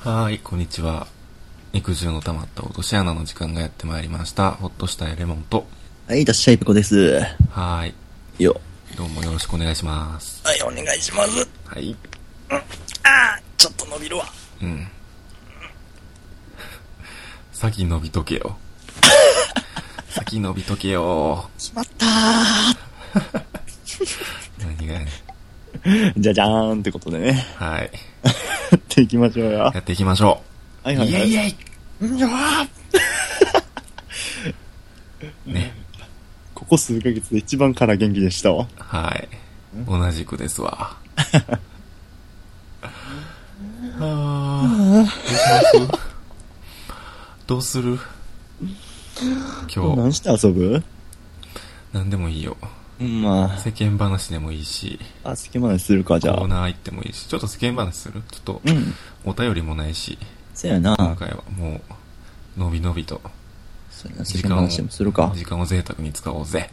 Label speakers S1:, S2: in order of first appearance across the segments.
S1: はい、こんにちは。肉汁の溜まった落とし穴の時間がやってまいりました。ほっとしたいレモンと。
S2: はい、いらっしゃい、ペコです。
S1: はい。
S2: よ。
S1: どうもよろしくお願いします。
S2: はい、お願いします。
S1: はい。
S2: ああ、ちょっと伸びるわ。
S1: うん。 先伸びとけ よ。先伸びとけよ。
S2: 決まったー。
S1: 何がやねん。
S2: じゃじゃーんってことでね、
S1: はい。
S2: やっていきましょうよ。は
S1: やっていきましょう。
S2: いはいは
S1: イ
S2: い。
S1: エイイエ
S2: いやー
S1: イね。
S2: ここ数ヶ月で一番から元気でしたわ。
S1: はい。同じくですわ。はぁ。どうしますどうする今日、
S2: 何して遊ぶ
S1: 何でもいいよ。
S2: ま
S1: 世間話でもいいし、
S2: あ、あ、隙間でするか、じ
S1: コ
S2: ゃ
S1: ー
S2: あ。
S1: ナー行ってもいいし、ちょっと世間話するちょっと
S2: う、ん。
S1: お便りもないし、
S2: そやな。
S1: 今回はもう、のびのびと、
S2: そやな、世
S1: 時
S2: 間
S1: 間を、
S2: 話でもするか。
S1: 時間を贅沢に使おうぜ。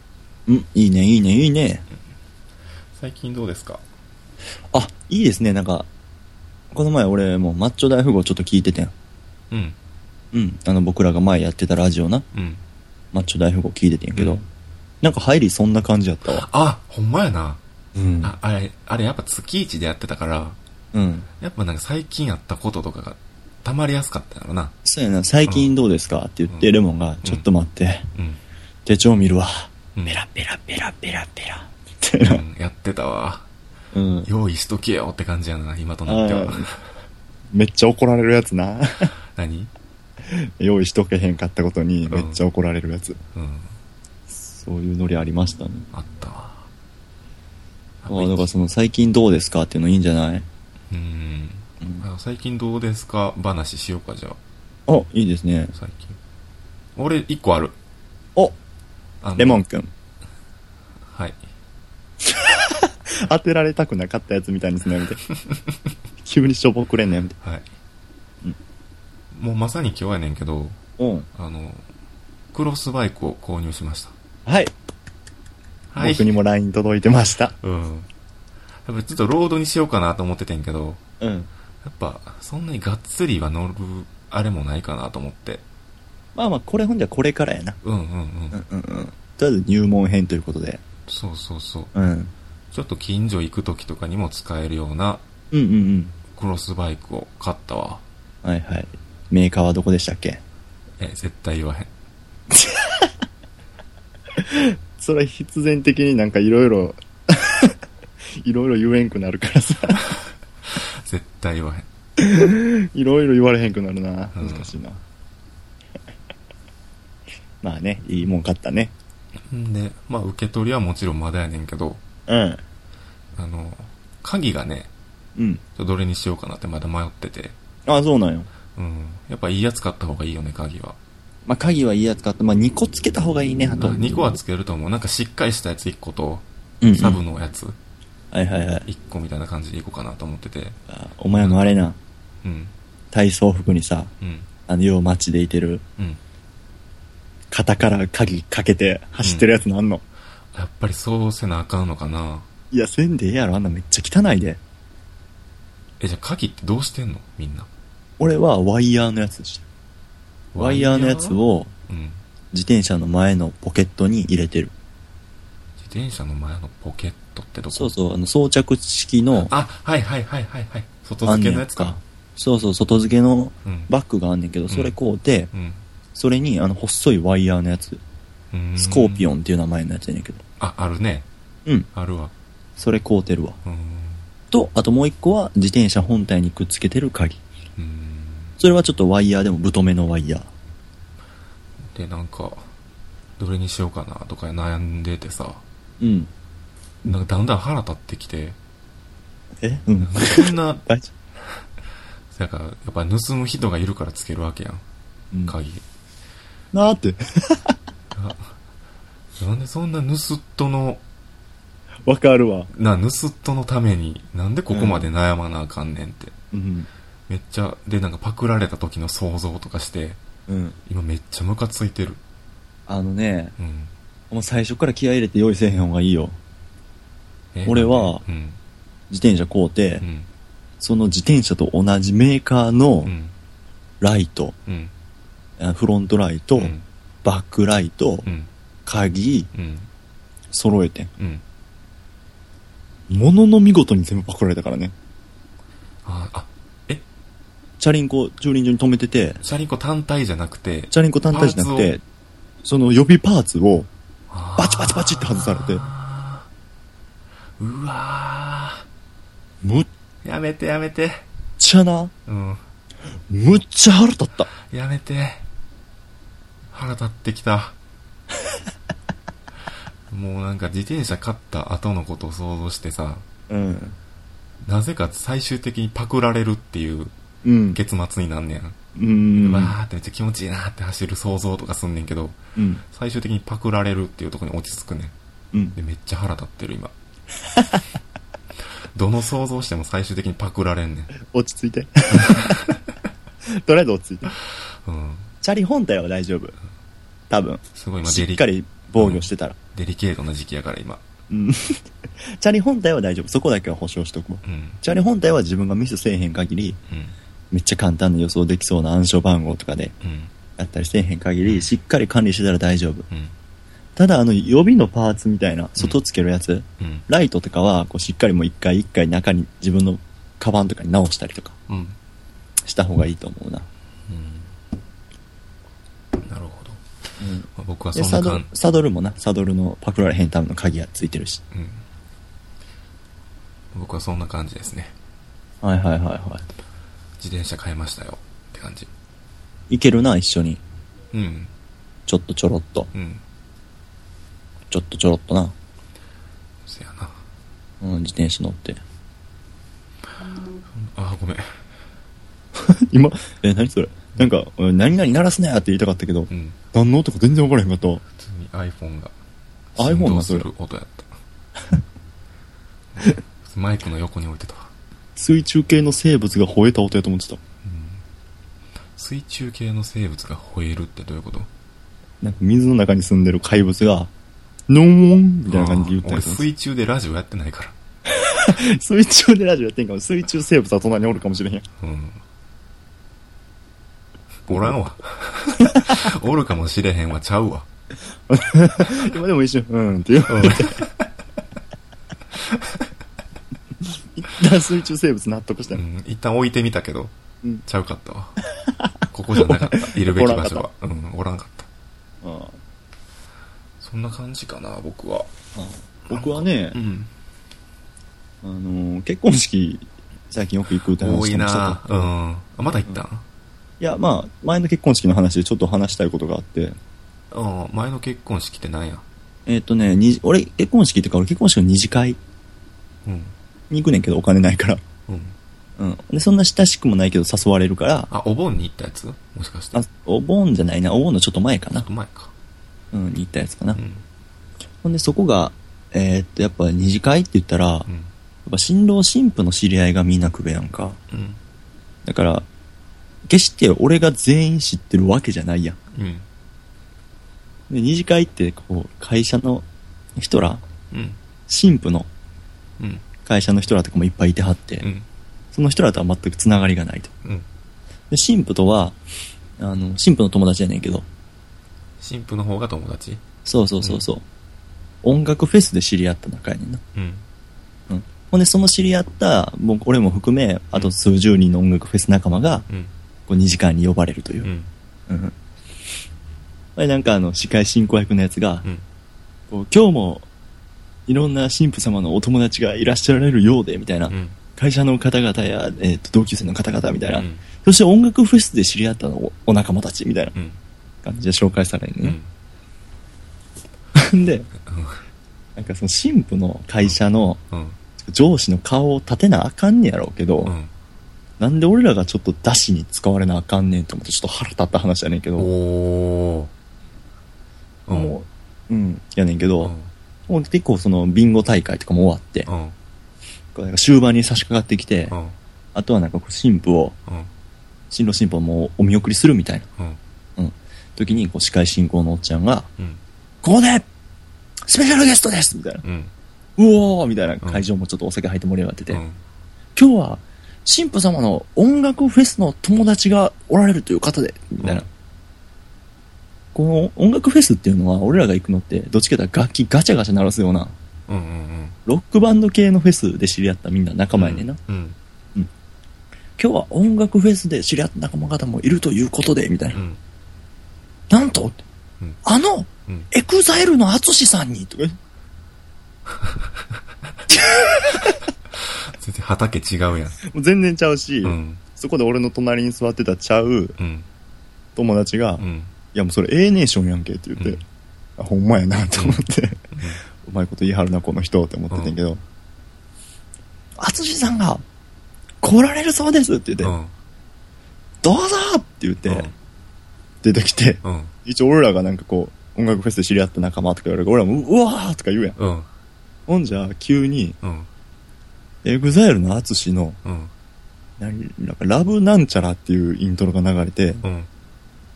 S2: うん、いいね、いいね、いいね。
S1: 最近どうですか
S2: あ、いいですね、なんか、この前俺もうマッチョ大富豪ちょっと聞いててん。
S1: うん、
S2: うん。あの、僕らが前やってたラジオな。
S1: うん。
S2: マッチョ大富豪聞いててんやけど、
S1: うん
S2: なんか入りそんな感じやったわ。
S1: あ、ほんまやな。
S2: うん
S1: あ、あれ、あれやっぱ月一でやってたから、
S2: うん。
S1: やっぱなんか最近あったこととかが溜まりやすかったんやろな。
S2: そうやな、最近どうですかって言って、
S1: うん
S2: レモンが、ちょっと待って、
S1: うん。
S2: 手帳見るわ。
S1: うん
S2: ペラペラペラペラペラ。みた
S1: う
S2: いな。
S1: ん、やってたわ。
S2: うん。
S1: 用意しとけよって感じやな、今となっては
S2: あ。めっちゃ怒られるやつな。
S1: 何
S2: 用意しとけへんかったことに、
S1: ん
S2: めっちゃ怒られるやつ。
S1: うん、
S2: そういうノリありましたね。
S1: あったわ。
S2: ああ、だからその、最近どうですかっていうのいいんじゃない
S1: うん。
S2: うん
S1: あ最近どうですか話しようか、じゃあ。
S2: あ、いいですね。
S1: 最近。俺、一個ある。
S2: お、
S1: あの
S2: レモンくん。
S1: はい。
S2: 当てられたくなかったやつみたいにすんの やめて。急にしょぼくれんのやめて。
S1: はい。
S2: うん
S1: もうまさに今日やねんけど、
S2: うん。
S1: あの、クロスバイクを購入しました。
S2: はい。
S1: はい。
S2: 僕にも LINE 届いてました。
S1: うん。やっぱりちょっとロードにしようかなと思っててんけど、
S2: うん。
S1: やっぱ、そんなにがっつりは乗る、あれもないかなと思って。
S2: まあまあ、これほんじゃこれからやな。
S1: うんうんうん。
S2: うんうん。とりあえず入門編ということで。
S1: そうそうそう。
S2: うん。うん
S1: ちょっと近所行く時とかにも使えるような
S2: うんうん。
S1: クロスバイクを買ったわ。
S2: はいはい。メーカーはどこでしたっけ
S1: え、絶対言わへん。
S2: それ必然的になんかいろいろ、 いろいろ言えんくなるから さ。
S1: 絶対言わへん。
S2: いろいろ言われへんくなるな。
S1: うん
S2: 難しいな。 まあね、いいもん買ったね。
S1: んで、まあ受け取りはもちろんまだやねんけど、
S2: うん。
S1: あの、鍵がね、
S2: うん。
S1: ちょっとどれにしようかなってまだ迷ってて、
S2: ああ、そうなんよ。
S1: うん。やっぱいいやつ買った方がいいよね、鍵は。
S2: まあ鍵はいいやつ買った。まあ2個つけた方がいいね、あと。
S1: 2個はつけると思う。なんかしっかりしたやつ1個と、
S2: うんうん
S1: サブのやつ
S2: はいはいはい。
S1: 1個みたいな感じでいこうかなと思ってて、
S2: あお前のあれな、
S1: うん。
S2: 体操服にさ、
S1: うん。
S2: あの、よう街でいてる、
S1: うん。
S2: 肩から鍵かけて走ってるやつなんの、
S1: やっぱりそうせなあかんのかない
S2: や、せんでええやろ、あんなめっちゃ汚いで。
S1: え、じゃあ鍵ってどうしてんのみんな。
S2: 俺はワイヤーのやつでした。ワイヤーのやつ。を
S1: うん。
S2: 自転車の前のポケットに入れてる。
S1: 自転車の前のポケットってどこ
S2: そうそう、あの装着式の、
S1: あ、はいはいはいはいはい。外付けのやつ
S2: あんね
S1: か
S2: ん。そうそう、外付けの
S1: うん。
S2: バッグがあんねんけど、それこうで、
S1: うん。
S2: それにあの細いワイヤーのやつ、
S1: うん
S2: スコーピオンっていう名前のやつやねんけど、
S1: あ、あるね。
S2: うん、
S1: あるわ。
S2: それこうてるわ。
S1: うん。
S2: と、あともう一個は自転車本体にくっつけてる鍵。
S1: うん。
S2: それはちょっとワイヤーでも太めのワイヤー。
S1: で、なんか、どれにしようかなとか悩んでてさ、
S2: うん。
S1: なんかだんだん腹立ってきて、
S2: えうん。
S1: そんな、
S2: 大丈
S1: だから、やっぱ盗む人がいるからつけるわけやん。
S2: 夫。
S1: 鍵。
S2: なーって、
S1: なんでそんな盗っ人の、
S2: わかるわ。
S1: な、盗っ人のために、なんでここまで悩まなあかんねんって。
S2: うん。
S1: めっちゃ、で、なんかパクられた時の想像とかして、
S2: うん。
S1: 今めっちゃムカついてる。
S2: あのね、
S1: うん。
S2: もう最初から気合い入れて用意せえへん方がいいよ。
S1: え
S2: 俺は
S1: うん。
S2: 自転車買うて、
S1: うん。
S2: その自転車と同じメーカーの
S1: うん。
S2: ライト、
S1: うん。
S2: あフロントライト、
S1: うん。
S2: バックライト、
S1: うん。
S2: 鍵、
S1: うん。
S2: 揃えてん。
S1: うん。
S2: ものの見事に全部パクられたからね。
S1: あ、あ、
S2: チャリンコ駐輪場に止めてて、
S1: チャリンコ単体じゃなくて、
S2: チャリンコ単体じゃなく
S1: パー
S2: て、その予備パーツを
S1: バ
S2: バチバチバチって外されて、
S1: うわ
S2: むっ
S1: ー。やめてやめて。
S2: ちゃな、
S1: うん。
S2: むっちゃ腹立った。
S1: やめて。腹立ってきた。 もうなんか自転車買った後のことを想像してさ、
S2: うん。
S1: なぜか最終的にパクられるっていう
S2: うん。
S1: 結末になんねん。
S2: うん。
S1: わーってめっちゃ気持ちいいなーって走る想像とかすんねんけど、
S2: うん。
S1: 最終的にパクられるっていうところに落ち着くねん。
S2: うん。
S1: で、めっちゃ腹立ってる今。 どの想像しても最終的にパクられんねん。
S2: 落ち着いて。 とりあえず落ち着いて。
S1: うん。
S2: チャリ本体は大丈夫。多分。
S1: すごい今
S2: し
S1: デ
S2: っ
S1: リ
S2: かり防御してたら。
S1: デリケートな時期やから今。
S2: うん。 チャリ本体は大丈夫。そこだけは保証しておくわ。
S1: うん。
S2: チャリ本体は自分がミスせえへん限り、
S1: うん。
S2: めっちゃ簡単に予想できそうな暗証番号とかで
S1: うん。
S2: やったりせえへん限り、しっかり管理してたら大丈夫。
S1: うん。
S2: ただ、あの、予備のパーツみたいな、外つけるやつ、
S1: うん。
S2: ライトとかは、こう、しっかりもう一回一回中に、自分のカバンとかに直したりとか
S1: うん。
S2: した方がいいと思うな。
S1: うん。なるほど。
S2: うん。
S1: まあ、僕はそ
S2: で、
S1: ん
S2: サ
S1: な
S2: ドル
S1: 感、
S2: サドルもな、サドルのパクられへんための鍵がついてるし。
S1: じ、うん。僕はそんな感じですね。
S2: はいはいはいは
S1: 自転車買いましたよって感じ。
S2: い。いけるな、一緒に。
S1: うん。
S2: ちょっとちょろっと。
S1: うん。
S2: ちょっとちょろっとな。
S1: せやな。
S2: うん、自転車乗って。
S1: あー、ごめん。
S2: 今、え、何それなんか、うん何々鳴らすなやって言いたかったけど
S1: う、ん。
S2: 何の音か全然わからへんかったわ。
S1: 普通に iPhone が。
S2: iPhone が
S1: する音やった。 マイクの横に置いてたわ。
S2: 水中系の生物が吠えた音やと思ってた。
S1: 水中系の生物が吠えるってどういうこと
S2: なんか水の中に住んでる怪物が、ノーンみたいな感じで言った
S1: あー
S2: や
S1: 俺
S2: つなんです
S1: 水中でラジオやってないから。
S2: 水中でラジオやってんかも。水中生物は隣におるかもしれへんやん。
S1: うん。おらん わ。おるかもしれへんわ、ちゃうわ。
S2: 今でも一瞬、うんって 言う。
S1: うん
S2: 一旦水中生物納得した
S1: う
S2: よ。
S1: ん、一旦置いてみたけど、
S2: うん
S1: ちゃうかったわ。ここじゃなか った。いるべき場所
S2: おらんか
S1: は。うん、おらんかった。
S2: うんうん
S1: そんな感じかな、僕は。
S2: 僕はね
S1: う、ん。
S2: あのー、結婚式、最近よく行くって話
S1: 多
S2: し
S1: い
S2: てました
S1: なうん。あまだ行ったん
S2: いや、まあ、前の結婚式の話でちょっと話したいことがあって、
S1: うん、前の結婚式ってなんや
S2: えっ、とね、に俺、結婚式っていうか、俺結婚式の二次会
S1: うん。
S2: に行くねんけど、お金ないから。
S1: うん。
S2: うん。で、そんな親しくもないけど誘われるから、
S1: あ、お盆に行ったやつもしかして。
S2: あ、お盆じゃないな、お盆のちょっと前か
S1: ちょ
S2: な
S1: っと。前か。
S2: うん、に行ったやつかな。
S1: うん。
S2: ほんで、そこが、えーっと、やっぱ二次会って言ったら、やっ
S1: うん。
S2: ぱ新郎新婦の知り合いがみんな来るやんか。
S1: うん。
S2: だから、決して俺が全員知ってるわけじゃないやん。
S1: うん。
S2: で、二次会って、こう、会社の人ら、
S1: うん。
S2: 新婦の
S1: うん。
S2: 会社の人らとかもいっぱいいてはって、
S1: うん。
S2: その人らとは全くつながりがないと。
S1: うん。
S2: で、新婦とは、あの、新婦の友達やねんけど、
S1: 新婦の方が友達
S2: そうそうそうそう。音楽フェスで知り合った仲やねんな。
S1: うん。
S2: うん。ほんで、その知り合った、もう俺も含め、あと数十人の音楽フェス仲間が、
S1: うん。
S2: こう2時間に呼ばれるというう。
S1: ん。
S2: うん。あれなんかあの、司会進行役のやつが
S1: う、ん。
S2: こう今日も、いろんな神父様のお友達がいらっしゃられるようで、みたいな。
S1: うん。
S2: 会社の方々や、えっ、と、同級生の方々みたいな。
S1: うん。
S2: そして音楽フェスで知り合ったのおお仲間たち、みたいな
S1: うん。
S2: 感じで紹介される
S1: う
S2: ね。
S1: ん。
S2: で、なんかその神父の会社の
S1: うん。
S2: 上司の顔を立てなあかんねやろうけど、
S1: うん。
S2: なんで俺らがちょっと出しに使われなあかんねんと思ってちょっと腹立った話やねんけど、
S1: おー。うん。
S2: もう、うん、やねんけど、
S1: うん。
S2: もう結構そのビンゴ大会とかも終わって、
S1: うん。
S2: こうなんか終盤に差し掛かってきて、
S1: うん。
S2: あとはなんかこう神父を、
S1: うん。
S2: 新郎新婦をもうお見送りするみたいな
S1: うん。
S2: 時にこう司会進行のおっちゃんが、
S1: うん。
S2: ここでスペシャルゲストですみたいな。
S1: うん。
S2: うおーみたいな会場もちょっとお酒入って盛り上がってて、
S1: うん。
S2: 今日は神父様の音楽フェスの友達がおられるという方で、みたいな。
S1: うん
S2: この音楽フェスっていうのは、俺らが行くのって、どっちかというと楽器ガチャガチャ鳴らすような、
S1: うんうんうん。
S2: ロックバンド系のフェスで知り合ったみんな仲間やねんな。
S1: うん。
S2: 今日は音楽フェスで知り合った仲間方もいるということで、みたいな
S1: う。ん。
S2: なんと、
S1: うん
S2: あの、
S1: うん
S2: エクザイルのアツシさんに、とか、
S1: 全然畑違うやん。
S2: 全然ちゃうし、
S1: うん。
S2: そこで俺の隣に座ってたちゃう
S1: うん。
S2: 友達が、
S1: う
S2: い
S1: ん。
S2: やもうそれ A ネーションやんけって言って、
S1: うん
S2: あほんまやなと思って、うまいこと言い張るな、この人って思っててんけど、アツシさんが来られるそうですって言って、
S1: うん。
S2: どうぞって言って、出てきて、
S1: うん。うん。
S2: 一応俺らがなんかこう、音楽フェスで知り合った仲間とか言われるから、俺らもううわーとか言うやん。
S1: うん。
S2: ほんじゃ、急に、
S1: うん。
S2: エグザイルのアツシの、
S1: うん。
S2: 何なんかラブなんちゃらっていうイントロが流れて、
S1: うん。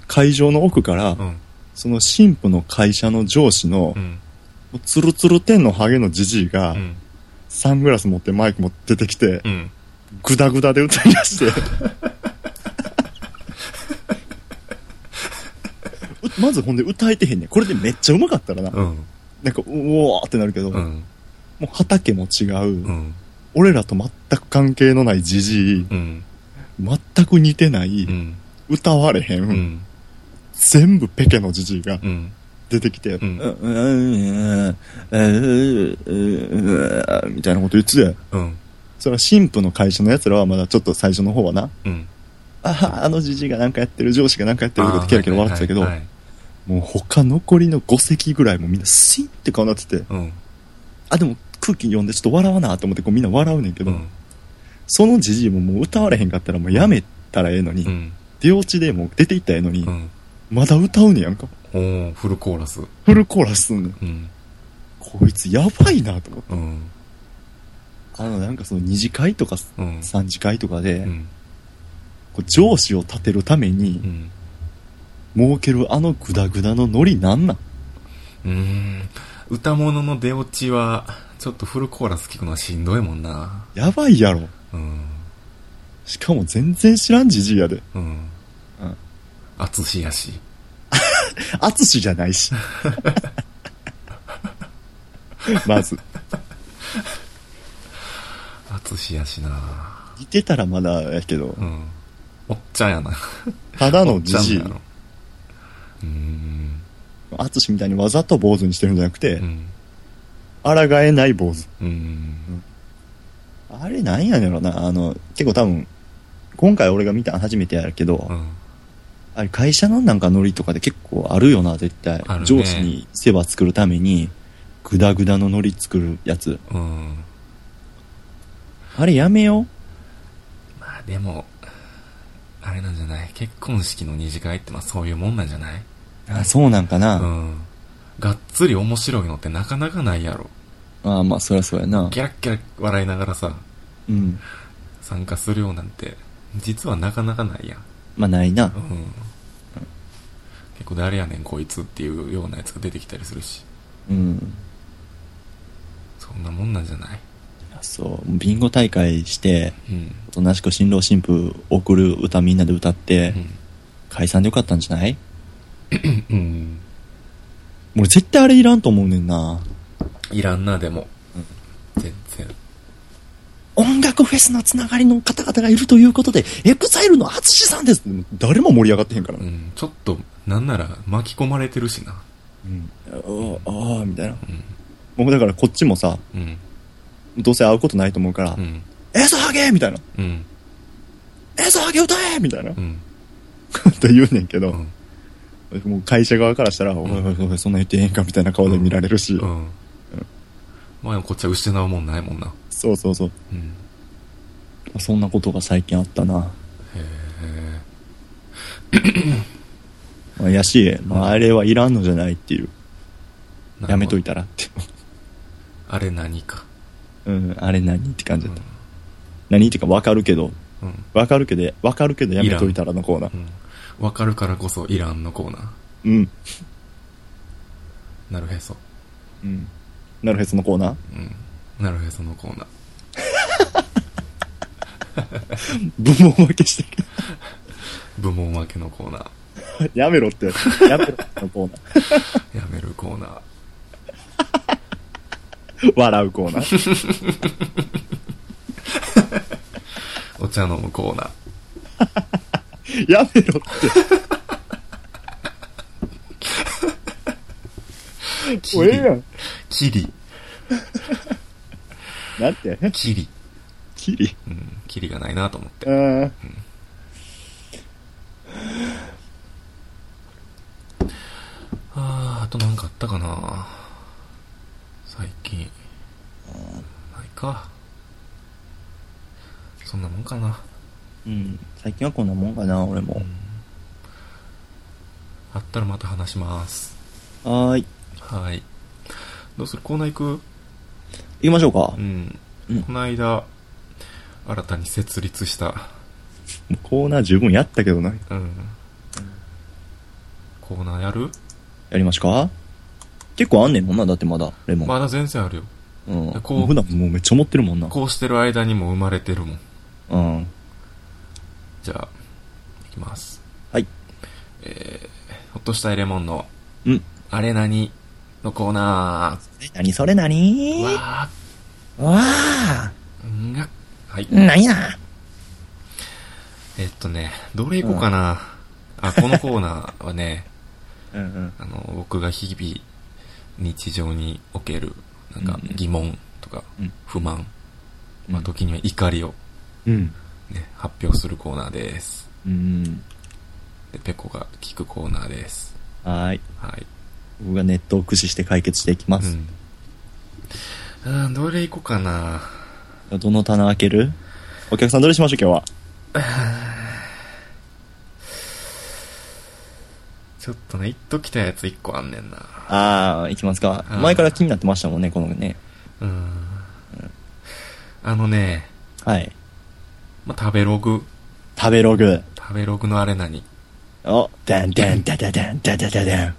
S2: 会場の奥から
S1: う、ん。
S2: その神父の会社の上司の、も
S1: うん。
S2: うツルツル天のハゲのじじいが
S1: う、ん。
S2: サングラス持ってマイク持って出てきて、
S1: うん。
S2: グダグダで歌い出して。 うまずほんで歌えてへんねん。これでめっちゃうまかったらな。
S1: うん。
S2: なんか、うおーってなるけど、
S1: う
S2: も
S1: ん。
S2: う畑も違う、
S1: うん。
S2: 俺らと全く関係のないじじい、
S1: うん。
S2: 全く似てない、
S1: うん。
S2: 歌われへ、
S1: うんん。
S2: 全部ペケのじじいが、
S1: うん。
S2: 出てきて、
S1: うん
S2: うんうんうんうんうんみたいなこと言ってて、
S1: うん。
S2: それは神父の会社の奴らはまだちょっと最初の方はな、
S1: うん。
S2: ああのじじいがなんかやってる、上司がなんかやってるとかキラキラ笑ってたけど、
S1: はいはいはい
S2: もう他残りの5席ぐらいもみんなシンって顔になってて、
S1: うん。
S2: あ、でも空気読んでちょっと笑わなと思ってこうみんな笑うねんけ
S1: う
S2: ど、
S1: ん。
S2: そのじじいももう歌われへんかったらもうやめたらええのに、
S1: うん。
S2: 出落ちでもう出て行ったらええのに、
S1: うん。
S2: まだ歌うねやんか。
S1: おー、フルコーラス。
S2: フルコーラスすんねん。
S1: うん。
S2: こいつやばいなと思って。
S1: うん。
S2: あのなんかその二次会とか
S1: うん。
S2: 3次会とかで、
S1: うん。
S2: こう上司を立てるために
S1: うん。
S2: 儲けるあのグダグダのノリなんなん
S1: うーん。歌物の出落ちは、ちょっとフルコーラス聞くのはしんどいもんな。
S2: やばいやろ。
S1: うん。
S2: しかも全然知らんじじいやで。
S1: うん。
S2: うん。
S1: あつしやし。
S2: あつしじゃな いし。まず、
S1: あつしやしな。
S2: 似てたらまだやけど
S1: う、ん。おっちゃんやな。
S2: ただ
S1: お
S2: の
S1: っちゃ
S2: じ
S1: ん
S2: じい
S1: や、ろ。うーん。
S2: あつしみたいにわざと坊主にしてるんじゃなくて
S1: う、ん。
S2: 抗えない坊主。
S1: うん。
S2: あれなんやねんやろな。あの、結構多分、今回俺が見たの初めてやけど、
S1: うん。
S2: あれ会社のなんかノリとかで結構あるよな、絶対。
S1: あるね
S2: 上司に世話作るために、グダグダのノリ作るやつ。
S1: うん。
S2: あれやめよ。
S1: まあでも、あれなんじゃない結婚式の二次会ってのはそういうもんなんじゃないう
S2: あ、そうなんかな。
S1: うん。がっつり面白いのってなかなかないやろ。
S2: あまあ、そりゃそうやな。
S1: キャラッキャラ笑いながらさ、
S2: うん。
S1: 参加するようなんて、実はなかなかないやん。
S2: まあ、ないな
S1: う。ん。結構誰やねんこいつっていうようなやつが出てきたりするし。
S2: うん。
S1: そんなもんなんじゃない
S2: あそう。ビンゴ大会して、
S1: うん。
S2: おとなしく新郎新婦送る歌みんなで歌って、解散でよかったんじゃない
S1: うん。うん。
S2: 俺絶対あれいらんと思うねんな。
S1: いらんな、でも。全然。
S2: 音楽フェスのつながりの方々がいるということで、エクサイルの淳さんですでも誰も盛り上がってへんから
S1: う
S2: ね。
S1: ん。ちょっと、なんなら巻き込まれてるしな。
S2: うん。ああ、みたいな。
S1: うん。
S2: もうだからこっちもさ、
S1: うん。
S2: どうせ会うことないと思うから、
S1: うん。
S2: エサハゲみたいな。
S1: うん。
S2: エサハゲ歌えみたいな。
S1: う
S2: こ
S1: ん。
S2: と言うねんけど、
S1: うん。
S2: もう会社側からしたら、おいおいおい、そんな言ってええんかみたいな顔で見られるし、
S1: うん。まあでもこっちは失うもんないもんな。
S2: そうそうそう。
S1: うん。
S2: そんなことが最近あったな。
S1: へ
S2: まあ、やし、まあ、あれはいらんのじゃないっていう。
S1: え。
S2: やめとい
S1: て。
S2: たらって。
S1: あれ何か。
S2: うん、あれ何って感じだった。何っていうかわかるけど、
S1: うん。
S2: わかるけど、わかるけどやめといたらのコーナー
S1: う。ん。わかるからこそいらんのコーナー。
S2: うん。
S1: なるへそ。
S2: うん。なるへそのコーナー
S1: うん。なるへそのコーナー。
S2: 部門分けしてく
S1: 部門分けのコーナー。
S2: れ やめろって、やめろってのコーナ
S1: やめるコーナー。
S2: ー。笑うコーナー。
S1: お茶飲むコーナー。
S2: やめろって。もうええやん。
S1: キリ。
S2: なんて
S1: キリ。
S2: キリ。
S1: うん。キリがないなと思って。
S2: うん。
S1: あー、あとなんかあったかな最近。ないか。そんなもんかな。
S2: うん。最近はこんなもんかな、俺も。
S1: あったらまた話します。
S2: はーい。
S1: はい。どうするコーナー行く
S2: 行きましょうか
S1: う。ん。
S2: うん
S1: この間、新たに設立した、
S2: コーナー十分やったけどな。
S1: うん。コーナーやる
S2: やりますか結構あんねんもんな、だってまだ、レモン。
S1: まだ全然あるよ。
S2: うん。
S1: こう
S2: 普段もうめっちゃ持ってるもんな。
S1: こうしてる間にも生まれてるもん。
S2: うん。
S1: じゃあ、いきます。
S2: はい。
S1: ほっとしたいレモンの、
S2: うん。
S1: あれなにのコーナ
S2: 何それ
S1: ー。
S2: 何わ
S1: わ
S2: あ
S1: ーんが、はい。
S2: 何な
S1: えっとね、どれ行こうかな。あ、このコーナーはね、
S2: うんうん。
S1: あの、僕が日々、日常における、なんか
S2: うんうん
S1: 疑問とか
S2: うん、
S1: 不満、まあ、時には怒りを、
S2: うん。
S1: ね、発表するコーナーです。
S2: うん。
S1: で、ペコが聞くコーナーです。
S2: はーい。
S1: はい。
S2: 僕がネットを駆使して解決していきま
S1: う
S2: す。
S1: ん。あーどれ行こうかな。
S2: どの棚開けるお客さんどれしましょう、今日は。
S1: ちょっとね、一時来たやつ一個あんねんな。
S2: ああ、いきますか。
S1: うん
S2: 前から気になってましたもんね、このね。
S1: うーん。あのね、
S2: はい。
S1: まあ、食べログ、
S2: 食べログ。
S1: 食べログのあれ何
S2: お、ダンダンダダダンダダダダン。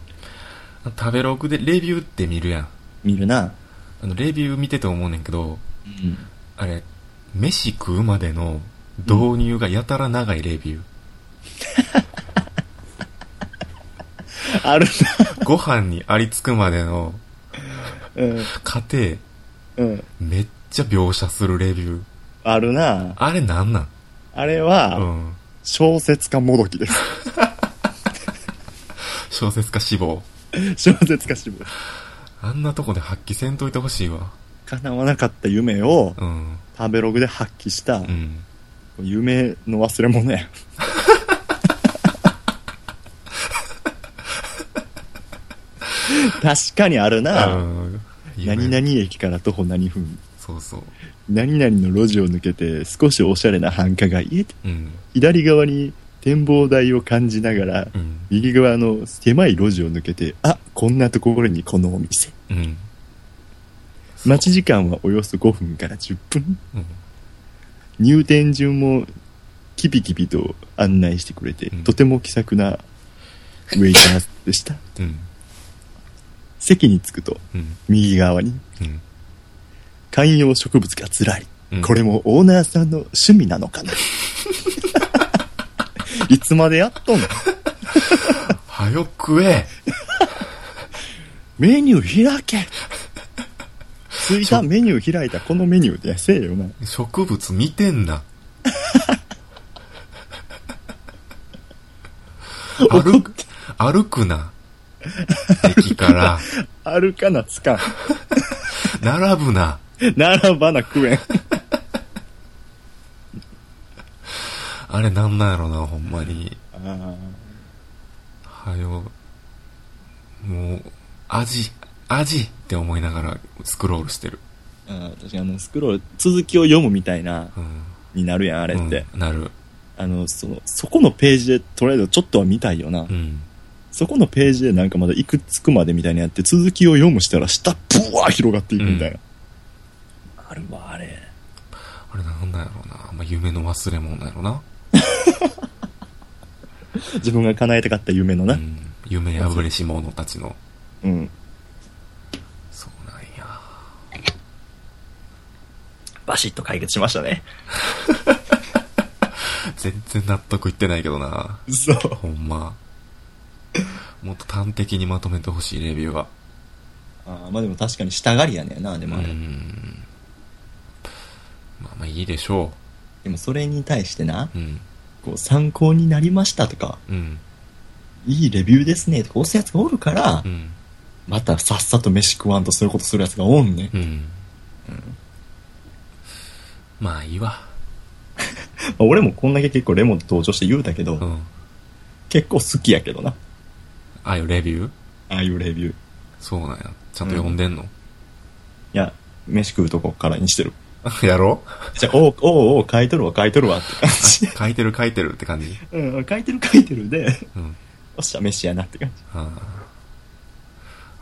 S1: 食べログでレビューって見るやん。
S2: 見るな。
S1: あの、レビュー見てて思うねんけど、
S2: うん。
S1: あれ、飯食うまでの導入がやたら長いレビュー。
S2: ある
S1: ご飯にありつくまでの
S2: な。うん。
S1: 過程、
S2: うん。
S1: めっちゃ描写するレビュー。
S2: あるな。
S1: あれなんなん
S2: あれは、
S1: うん。
S2: 小説家もどきです。
S1: 小説家志望。
S2: 小説家志望。
S1: あんなとこで発揮せんといてほしいわ。
S2: 叶わなかった夢を
S1: うん。
S2: 食べログで発揮した
S1: う、ん。
S2: 夢の忘 れ物や。確かにある
S1: う
S2: な。
S1: ん
S2: 何々駅から徒歩何分。
S1: そうそう。
S2: 何々の路地を抜けて少しおしゃれな繁華街へ。
S1: うん。
S2: 左側に展望台を感じながら、
S1: うん。
S2: 右側の狭い路地を抜けて、あ、こんなところにこのお店。
S1: うん。
S2: 待ち時間はおよそ5分から10分。
S1: うん。
S2: 入店順もキビキビと案内してくれて、
S1: うん
S2: とても気さくなウェイターでした。
S1: うん。
S2: 席に着くと、
S1: うん。
S2: 右側に
S1: うん。
S2: 観葉植物がずらり。
S1: うん
S2: これもオーナーさんの趣味なのかな いつまでやっとんの
S1: はよ食え
S2: メニュー開けついたメニュー開いたこのメニューでせえよな。
S1: 植物見てんな。歩く、歩くな。駅 から。
S2: 歩かなつかん。
S1: 並ぶな。
S2: ならばな食えん。
S1: あれなんなんやろな、ほんまに。
S2: あー
S1: はよ、もう、味、味って思いながらスクロールしてる。
S2: あー確かにあの、スクロール、続きを読むみたいな、
S1: うん。
S2: になるやん、あ
S1: あ
S2: れって。
S1: なる。
S2: あの、その、そこのページで、とりあえずちょっとは見たいよな。
S1: うん。
S2: そこのページでなんかまだいくつくまでみたいにやって、続きを読むしたら下、ブワー広がっていくみたいな。あるわ、あれ。
S1: あれなんなんやろな。まあ、夢の忘れ物やろな。
S2: 自分が叶えたかった夢の
S1: う
S2: な。
S1: ん。夢破れし者たちの。
S2: うん。
S1: そうなんや。
S2: バシッと解決しましたね。
S1: 全然納得いってないけどな。
S2: そう。
S1: ほんま。もっと端的にまとめてほしい、レビューは。
S2: あーまあでも確かに下がりやねんな、で
S1: う
S2: もあれ。
S1: ん。まあまあいいでしょ
S2: でもそれに対してな、
S1: う。うん。
S2: こう参考になりましたとか、
S1: うん。
S2: いいレビューですねとか押すやつがおるから、
S1: うん。
S2: またさっさと飯食わんとそういうことするやつがおんねん。
S1: うん。まあいいわ。
S2: まあ俺もこんだけ結構レモンと同情して言うたけど、
S1: うん。
S2: 結構好きやけどな。
S1: あよ、レビュー
S2: ああいうレビュー。い
S1: そうなんや。ちゃんと読んでんの、
S2: や、飯食うとこからにしてる。
S1: やろ
S2: じゃあ、おうおうおう、書いとるわ、書いとるわって感
S1: あ書いてる書いてるって感じ。
S2: じ。 うん、書いてる書いてるで、
S1: うん。
S2: おっしゃ、飯やなって感じ。
S1: あ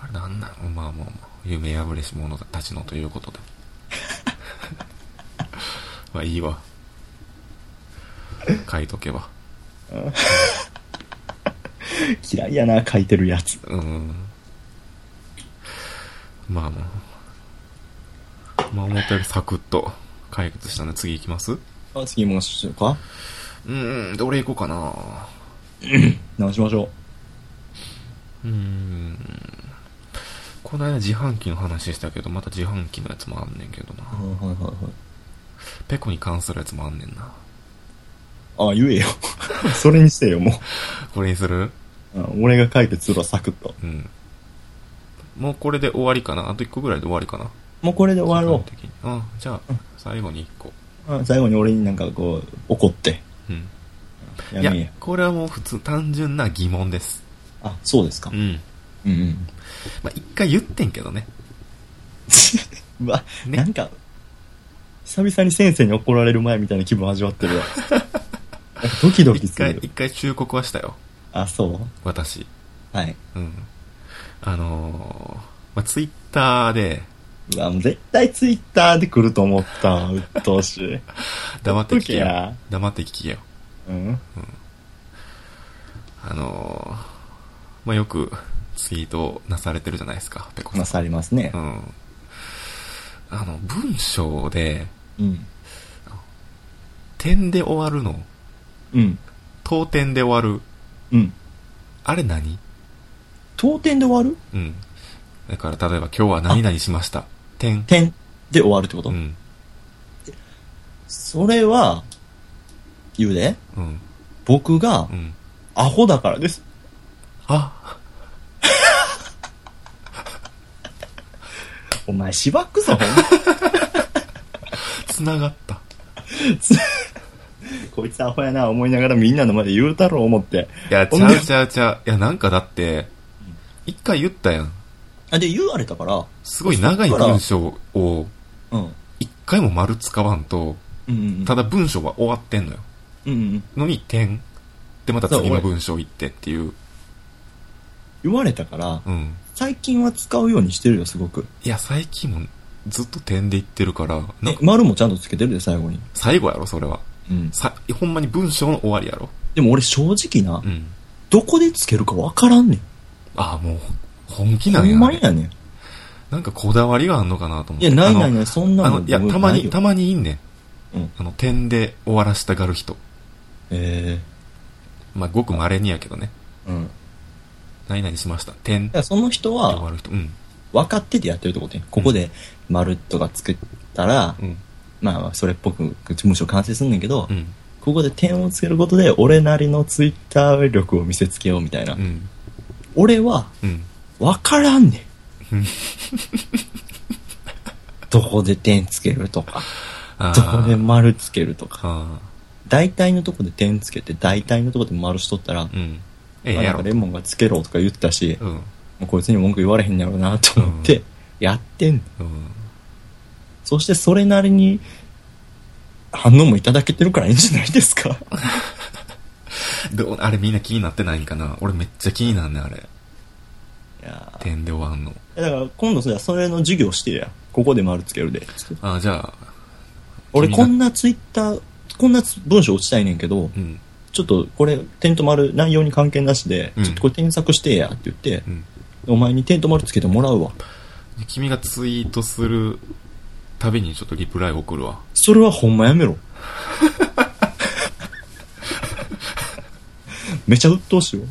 S1: ああれなんなのまあまあまあ、夢破れし者たちのということで。 まあいいわ。書いとけば。
S2: 嫌いやな、書いてるやつ。
S1: うん。まあまあ。まあ思ったよりサクッと解決したんで次行きますう
S2: あ、次もしようか
S1: ーん、どれ行こうかな
S2: 直しましょ
S1: うーん。この間自販機の話したけど、また自販機のやつもあんねんけどな。
S2: う。はいはいはい。
S1: ペコに関するやつもあんねんな。
S2: あ言えよ。 それにしてよ、も
S1: これにする
S2: う。うん俺が書いてつばサクッと。
S1: うん。もうこれで終わりかなあと1個ぐらいで終わりかな
S2: もうこれで終わろ
S1: 基本的にあ、じゃあ、最後に1個。
S2: う。うん最後に俺になんかこう、怒って。
S1: うん。
S2: や
S1: い
S2: め
S1: や
S2: んや。、
S1: これはもう普通、単純な疑問です。
S2: あ、そうですか
S1: う。ん。
S2: うんうん。
S1: まあ、一回言ってんけどね。
S2: うわ、
S1: ね
S2: なんか、久々に先生に怒られる前みたいな気分味わって るわ。なんかドキドキ
S1: 一
S2: す
S1: 回、
S2: る
S1: 一。回忠告はしたよ。
S2: あ、そう
S1: 私。
S2: はい。
S1: うん。あのー、まあ、ツイッターで、
S2: うわ、もう絶対ツイッターで来ると思った。うっとうしい。
S1: 黙って聞けよ
S2: ほっとけや。
S1: 黙って聞けよ。
S2: うん。
S1: あのー、まあ、よくツイートなされてるじゃないですか、ペコさん
S2: な。されますね
S1: う。ん。あの、文章で、
S2: うん。
S1: 点で終わるの、
S2: うん。
S1: 当点で終わる、
S2: うん。
S1: あれ何
S2: 当点で終わる
S1: うん。だから、例えば今日は何々しました。点。
S2: 点で終わるってこと、
S1: うん。
S2: それは、言うで、
S1: うん。
S2: 僕が
S1: うん。
S2: アホだからです。
S1: あ、
S2: お前、しばっくぞ、ほんま
S1: 繋がった。
S2: こいつアホやな、思いながらみんなの前で言うたろう思って。
S1: いや、ち
S2: ほん
S1: ゃ
S2: で
S1: うちゃうちゃう。いや、なんかだって、一回言ったやん。
S2: あ、で、言われたから、
S1: すごい長い文章を、
S2: うん。うん
S1: 一回も丸使わんと、
S2: うんうん。
S1: ただ文章は終わってんのよ。
S2: うんうん。
S1: のに、点。で、また次の文章行ってっていう。
S2: 言われたから、
S1: うん。
S2: 最近は使うようにしてるよ、すごく。
S1: いや、最近もずっと点で言ってるから、な
S2: え
S1: ん、か
S2: 丸もちゃんとつけてるで、最後に。
S1: 最後やろ、それは。
S2: うん。
S1: さ、ほんまに文章の終わりやろ。
S2: でも俺、正直な、
S1: うん。
S2: どこでつけるかわからんねん。
S1: ああ、もう、本気
S2: ほ
S1: なんや
S2: んまに
S1: ね。
S2: やねん。
S1: なんかこだわりがあんのかなと思っ
S2: い
S1: て。
S2: や、ないない
S1: い。
S2: ない、そんな
S1: あ
S2: の
S1: の、いや、
S2: 僕
S1: たま
S2: ない
S1: に、
S2: よ
S1: たまにいんねん。
S2: うん
S1: あの、点で終わらしたがる人。
S2: え
S1: まあ、ごく稀にやけどね。
S2: えうん。
S1: 何々しました。点
S2: だか
S1: で
S2: らその人
S1: 終
S2: は
S1: わる人。うん。
S2: 分かっててやってるってことね。ここで丸とか作ったら、
S1: うん。
S2: まあまあそれっぽく文章完成すんねんけど、
S1: うん。
S2: ここで点をつけることで俺なりのツイッター力を見せつけようみたいな。
S1: うん。
S2: 俺は
S1: うん。
S2: 分からんねん
S1: うん。
S2: どこで点つけるとか、
S1: あ
S2: どこで
S1: ー
S2: 丸つけるとか、
S1: あ
S2: 大体のとこで点つけて、大体のとこで丸しとったら
S1: ー。、うん。ええ
S2: あ
S1: や
S2: な
S1: ろ
S2: んか。レモンがつけろとか言ってたし、
S1: うん。
S2: もうこいつに文句言われへんやろうなと思
S1: う
S2: って、やってん
S1: う
S2: の
S1: ん。
S2: そしてそれなりに反応もいただけてるからいいんじゃないです か
S1: どう、あれみんな気になってないんかな俺めっちゃ気になんねん、あれ。
S2: いやー
S1: 点で終わんの。
S2: だから今度それそれの授業してや。ここで丸つけるで。
S1: ああ、じゃあ、
S2: 俺
S1: 君が
S2: こんなツイッター、こんな文章落ちたいねんけど、
S1: うん。
S2: ちょっとこれ点と丸内容に関係なしで、
S1: うん
S2: ちょっとこれ添削してやって言って
S1: う、ん。
S2: お前に点と丸つけてもらうわ。
S1: 君がツイートする たびにちょっとリプライ送るわ。
S2: それはほんまやめろ。めちゃ鬱陶しいわ。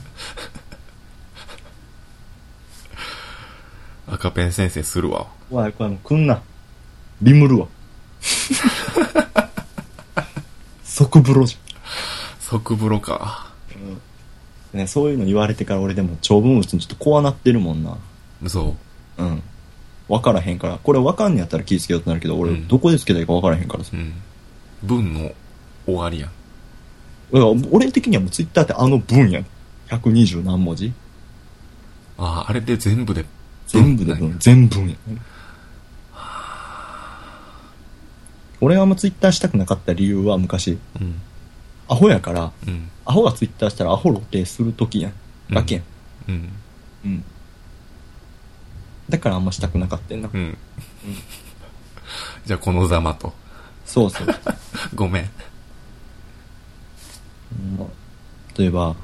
S1: 赤ペン先生するわ。
S2: 怖い怖いもう来んなリム ルは即風呂じ
S1: 即風呂か。
S2: ゃん、ね、そういうの言われてから俺でも長文打つのちょっと怖なってるもんな
S1: そう。
S2: うん分からへんからこれ分かんねやったら気ぃつけようってなるけど俺
S1: うん
S2: どこでつけたらいいか分からへんからさ、
S1: うん。文の終わりやん。
S2: だから俺的にはもうツイッターってあの文やん120何文字
S1: ああ、あれで全部で。
S2: 全部で
S1: 文
S2: 文全文やん俺があんまツイッターしたくなかった理由は昔
S1: うん。
S2: アホやから
S1: うん。
S2: アホがツイッターしたらアホ露呈する時やんだけやん、
S1: うん。
S2: うん。だからあんましたくなかったんな。
S1: うん。 じゃあ、このざまと。
S2: そうそう。
S1: ごめん。
S2: うん例えば、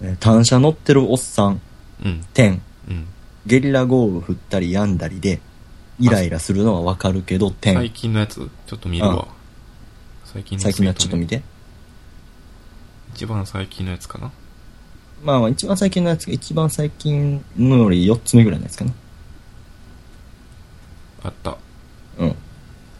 S2: えー単車乗ってるおっさん、
S1: うん。
S2: 点、
S1: うん。
S2: ゲリラ豪雨降ったりやんだりで、イライラするのはわかるけど、点、
S1: 最近のやつ、ちょっと見るわ。最近の
S2: 最近のやつち
S1: ツイ
S2: ょ
S1: ー
S2: っと
S1: トね
S2: 見て。
S1: 一番最近のやつかな。
S2: まあまあ、一番最近のやつが、一番最近のより4つ目ぐらいのやつかな。
S1: あった。
S2: うん。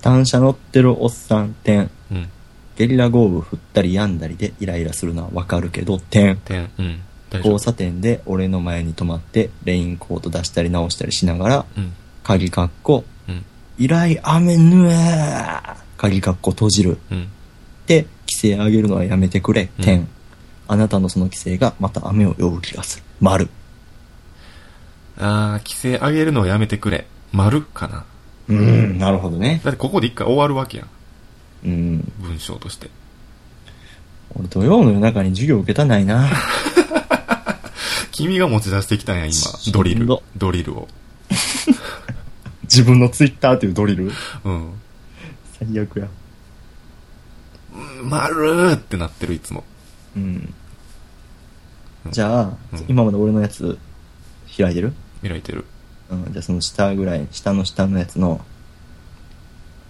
S2: 単車乗ってるおっさん、点、
S1: うん。
S2: ゲリラ豪雨降ったりやんだりで、イライラするのはわかるけど、点、
S1: 点。うん。大丈
S2: 交
S1: 夫。
S2: 差点で俺の前に止まってレインコート出したり直したりしながら
S1: うん。
S2: 鍵かっこ
S1: うん。
S2: 依頼雨ぬえー鍵かっこ閉じる
S1: うん。
S2: で規制上げるのはやめてくれ、
S1: うん
S2: 点あなたのその規制がまた雨を呼ぶ気がする丸
S1: あー、規制上げるのをやめてくれ。丸かな。
S2: うんなるほどね
S1: だってここで一回終わるわけやん。
S2: うん
S1: 文章として。
S2: 俺土曜の夜中に授業受けたないな
S1: 君が持ち出してきたんや、今。ドリ
S2: しん
S1: ル
S2: ど。
S1: ドリルを。
S2: 自分のツイッターっていうドリル
S1: うん。
S2: 最悪や
S1: まるーってなってる、いつも。
S2: うん
S1: うん
S2: じゃあ、
S1: うん
S2: 今まで俺のやつ開いてる
S1: 開いてる。
S2: うん、じゃあその下ぐらい、下の下のやつの、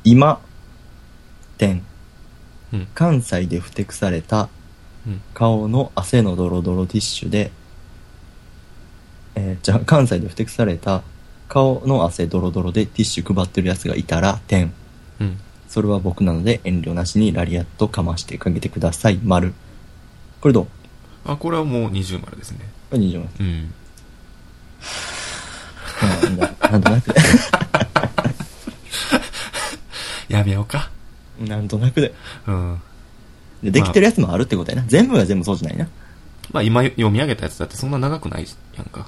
S2: 今、点、
S1: うん。
S2: 関西でふてくされた
S1: うん。
S2: 顔の汗のドロドロティッシュで、えーじゃあ関西でふてくされた顔の汗ドロドロでティッシュ配ってるやつがいたら、点、
S1: うん。
S2: それは僕なので遠慮なしにラリアットかましてかけてください、丸。これどう
S1: あ、これはもう二重丸ですね。
S2: これ20枚。
S1: うん。
S2: うんなんだなんとなくで。
S1: やめようか。
S2: なんとなくで。
S1: うん。
S2: で、できてるやつもあるってことやな。全部が全部そうじゃないな。
S1: まあ今読み上げたやつだってそんな長くないやんか。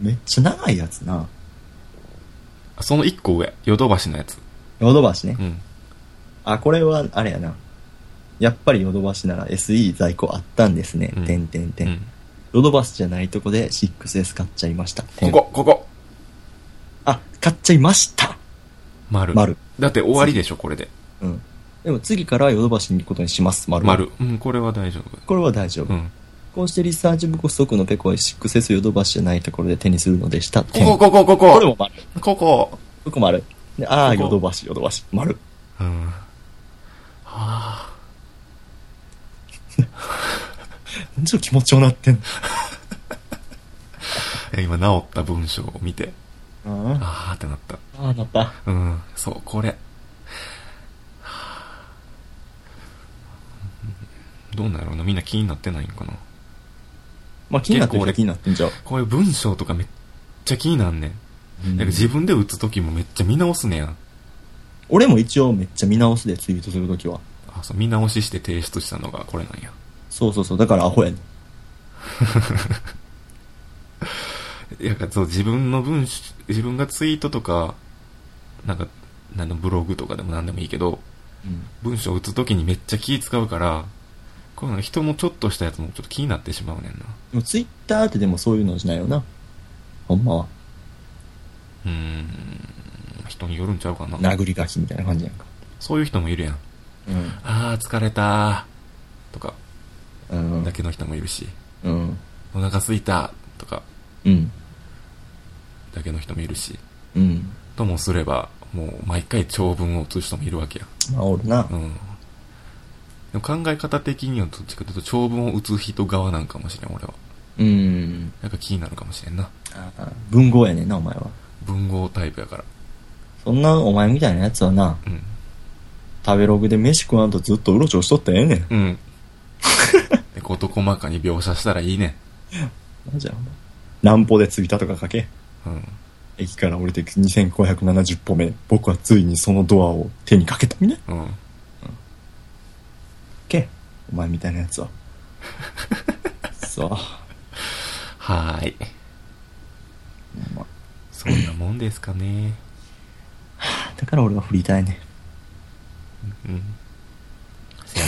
S2: めっちゃ長いやつな。
S1: あその一個上。ヨドバシのやつ。
S2: ヨドバシね
S1: う。ん。
S2: あ、これは、あれやな。やっぱりヨドバシなら SE 在庫あったんですね
S1: うん。
S2: てんてんて
S1: うんん。。
S2: ヨドバシじゃないとこで 6S 買っちゃいました。て
S1: こ
S2: ん
S1: こ、ここ。
S2: あ、買っちゃいました
S1: 丸。
S2: 丸。
S1: だって終わりでしょ、これで。
S2: うん。でも次からはヨドバシに行くことにします。丸。
S1: 丸。うん、これは大丈
S2: これは大丈夫。
S1: 夫。うん。
S2: こうしてリサーチ不足のペコは 6S ヨドバシじゃないところで手にするのでした。てん
S1: ここ、ここ、ここ。
S2: これも丸。
S1: ここ。
S2: ここ丸。でああ、
S1: ここ
S2: ヨドバシ、ヨドバシ。丸。
S1: うん。はあ。
S2: ちょっと気持ちよなってんの。
S1: え今治った文章を見て、
S2: あ
S1: あーってなった。
S2: あ、ああ、なった。
S1: うん、そう、これ。どうなんやろうな、みんな気になってないんかな。
S2: まあ気になって
S1: 結構
S2: る
S1: 俺
S2: 人気になってんじゃん。
S1: これ文章とかめっちゃ気になんねん。
S2: う
S1: な
S2: ん
S1: んか自分で打つときもめっちゃ見直すねや。
S2: 俺も一応めっちゃ見直すでツイートするときは。
S1: あ、そう、見直しして提出したのがこれなんや。
S2: そうそうそう、だからアホやねん。
S1: いや、そう、自分の文章、自分がツイートとか、なんか、なんのブログとかでもなんでもいいけど、文章打つときにめっちゃ気使うから、こういうの人のちょっとしたやつもちょっと気になってしまうねんな。
S2: でもツイッターってでもそういうのじゃないよな。ほんまは。
S1: うーん、人によるんちゃうかな。
S2: 殴り書きみたいな感じやんか。
S1: そういう人もいるやん。
S2: う
S1: あー、疲れたー。とか、
S2: ん。うん
S1: だ。けの人もいるし、
S2: うん。
S1: お腹すいた。とか、
S2: うん。
S1: だけの人もいるし。
S2: うん。
S1: ともすれば、もう毎回長文を打つ人もいるわけや。
S2: まあ、おるな
S1: う。ん。でも考え方的にはどっちかというと長文を打つ人側なんかもしれん、俺は。
S2: うん。
S1: なんか気になるかもしれんな。
S2: ああ文豪やねんな、お前は。
S1: 文豪タイプやから。
S2: そんなお前みたいなやつはな、
S1: うん。
S2: 食べログで飯食わんとずっとうろちょろしとったらええねん。
S1: うん。で、事細かに描写したらいいね。
S2: なんじゃ、お前南方で着いたとか書け。
S1: うん。
S2: 駅から降りて2570歩目。僕はついにそのドアを手にかけた。みたいな。
S1: うん。
S2: け。お前みたいなやつは。そう。ほ
S1: はーい。
S2: んま
S1: そんなもんですかね。
S2: だから俺は振りたいね。
S1: うん。せや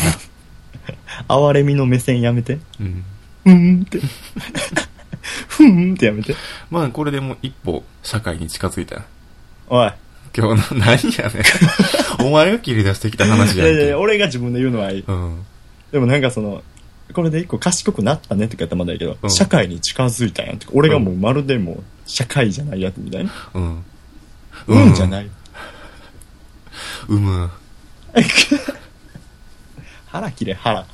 S1: な。
S2: 哀れみの目線やめて。
S1: うん。
S2: ふーんって。ふーんってやめて。
S1: まあ、これでもう一歩、社会に近づいたな。
S2: おい。
S1: 今日の、何やねん。お 前が切り出してきた話
S2: い
S1: やん
S2: や
S1: け。
S2: いやいや、俺が自分で言うのはいい。
S1: うん。
S2: でもなんかその、これで一個賢くなったねとか言ったらまだいいけど、
S1: うん
S2: 社会に近づいたやんとか、俺がもうまるでもう社会じゃないやつみたいな。
S1: うん。。
S2: うん、じゃないい。
S1: うむ。
S2: 腹切 れ、腹。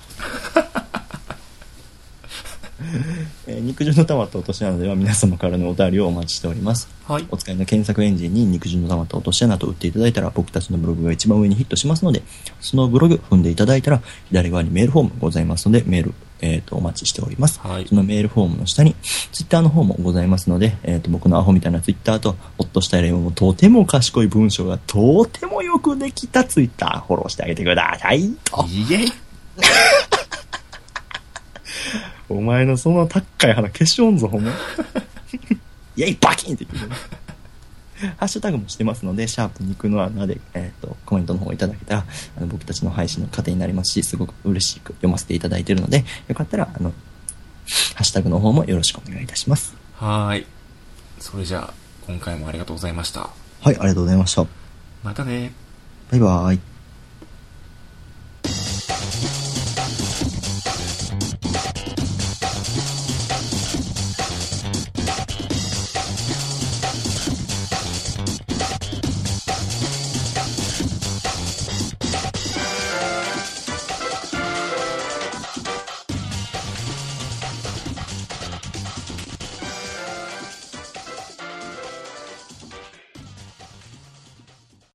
S2: えー肉汁の玉と落とし穴では皆様からのお便りをお待ちしております。
S1: はい
S2: お。使いの検索エンジンに肉汁の玉と落とし穴と打っていただいたら僕たちのブログが一番上にヒットしますので、そのブログ踏んでいただいたら左側にメールフォームございますので、メール、えっ、と、お待ちしております。
S1: はい
S2: そのメールフォームの下に、ツイッターの方もございますので、えっ、と、僕のアホみたいなツイッターと、ほっとした例もとても賢い文章がとてもよくできたツイッター、フォローしてあげてください。と
S1: イエイ
S2: お前のその高い鼻消しおんぞ、 ほんま。イェイ、バキンって言ってるハッシュタグもしてますので、シャープ肉の穴で、えっ、と、コメントの方いただけたら、あの僕たちの配信の糧になりますし、すごく嬉しく読ませていただいているので、よかったら、あの、ハッシュタグの方もよろしくお願いいたします。
S1: はーい。それじゃあ、今回もありがとうございました。
S2: はい、ありがとうございました。
S1: またね
S2: バイバイ。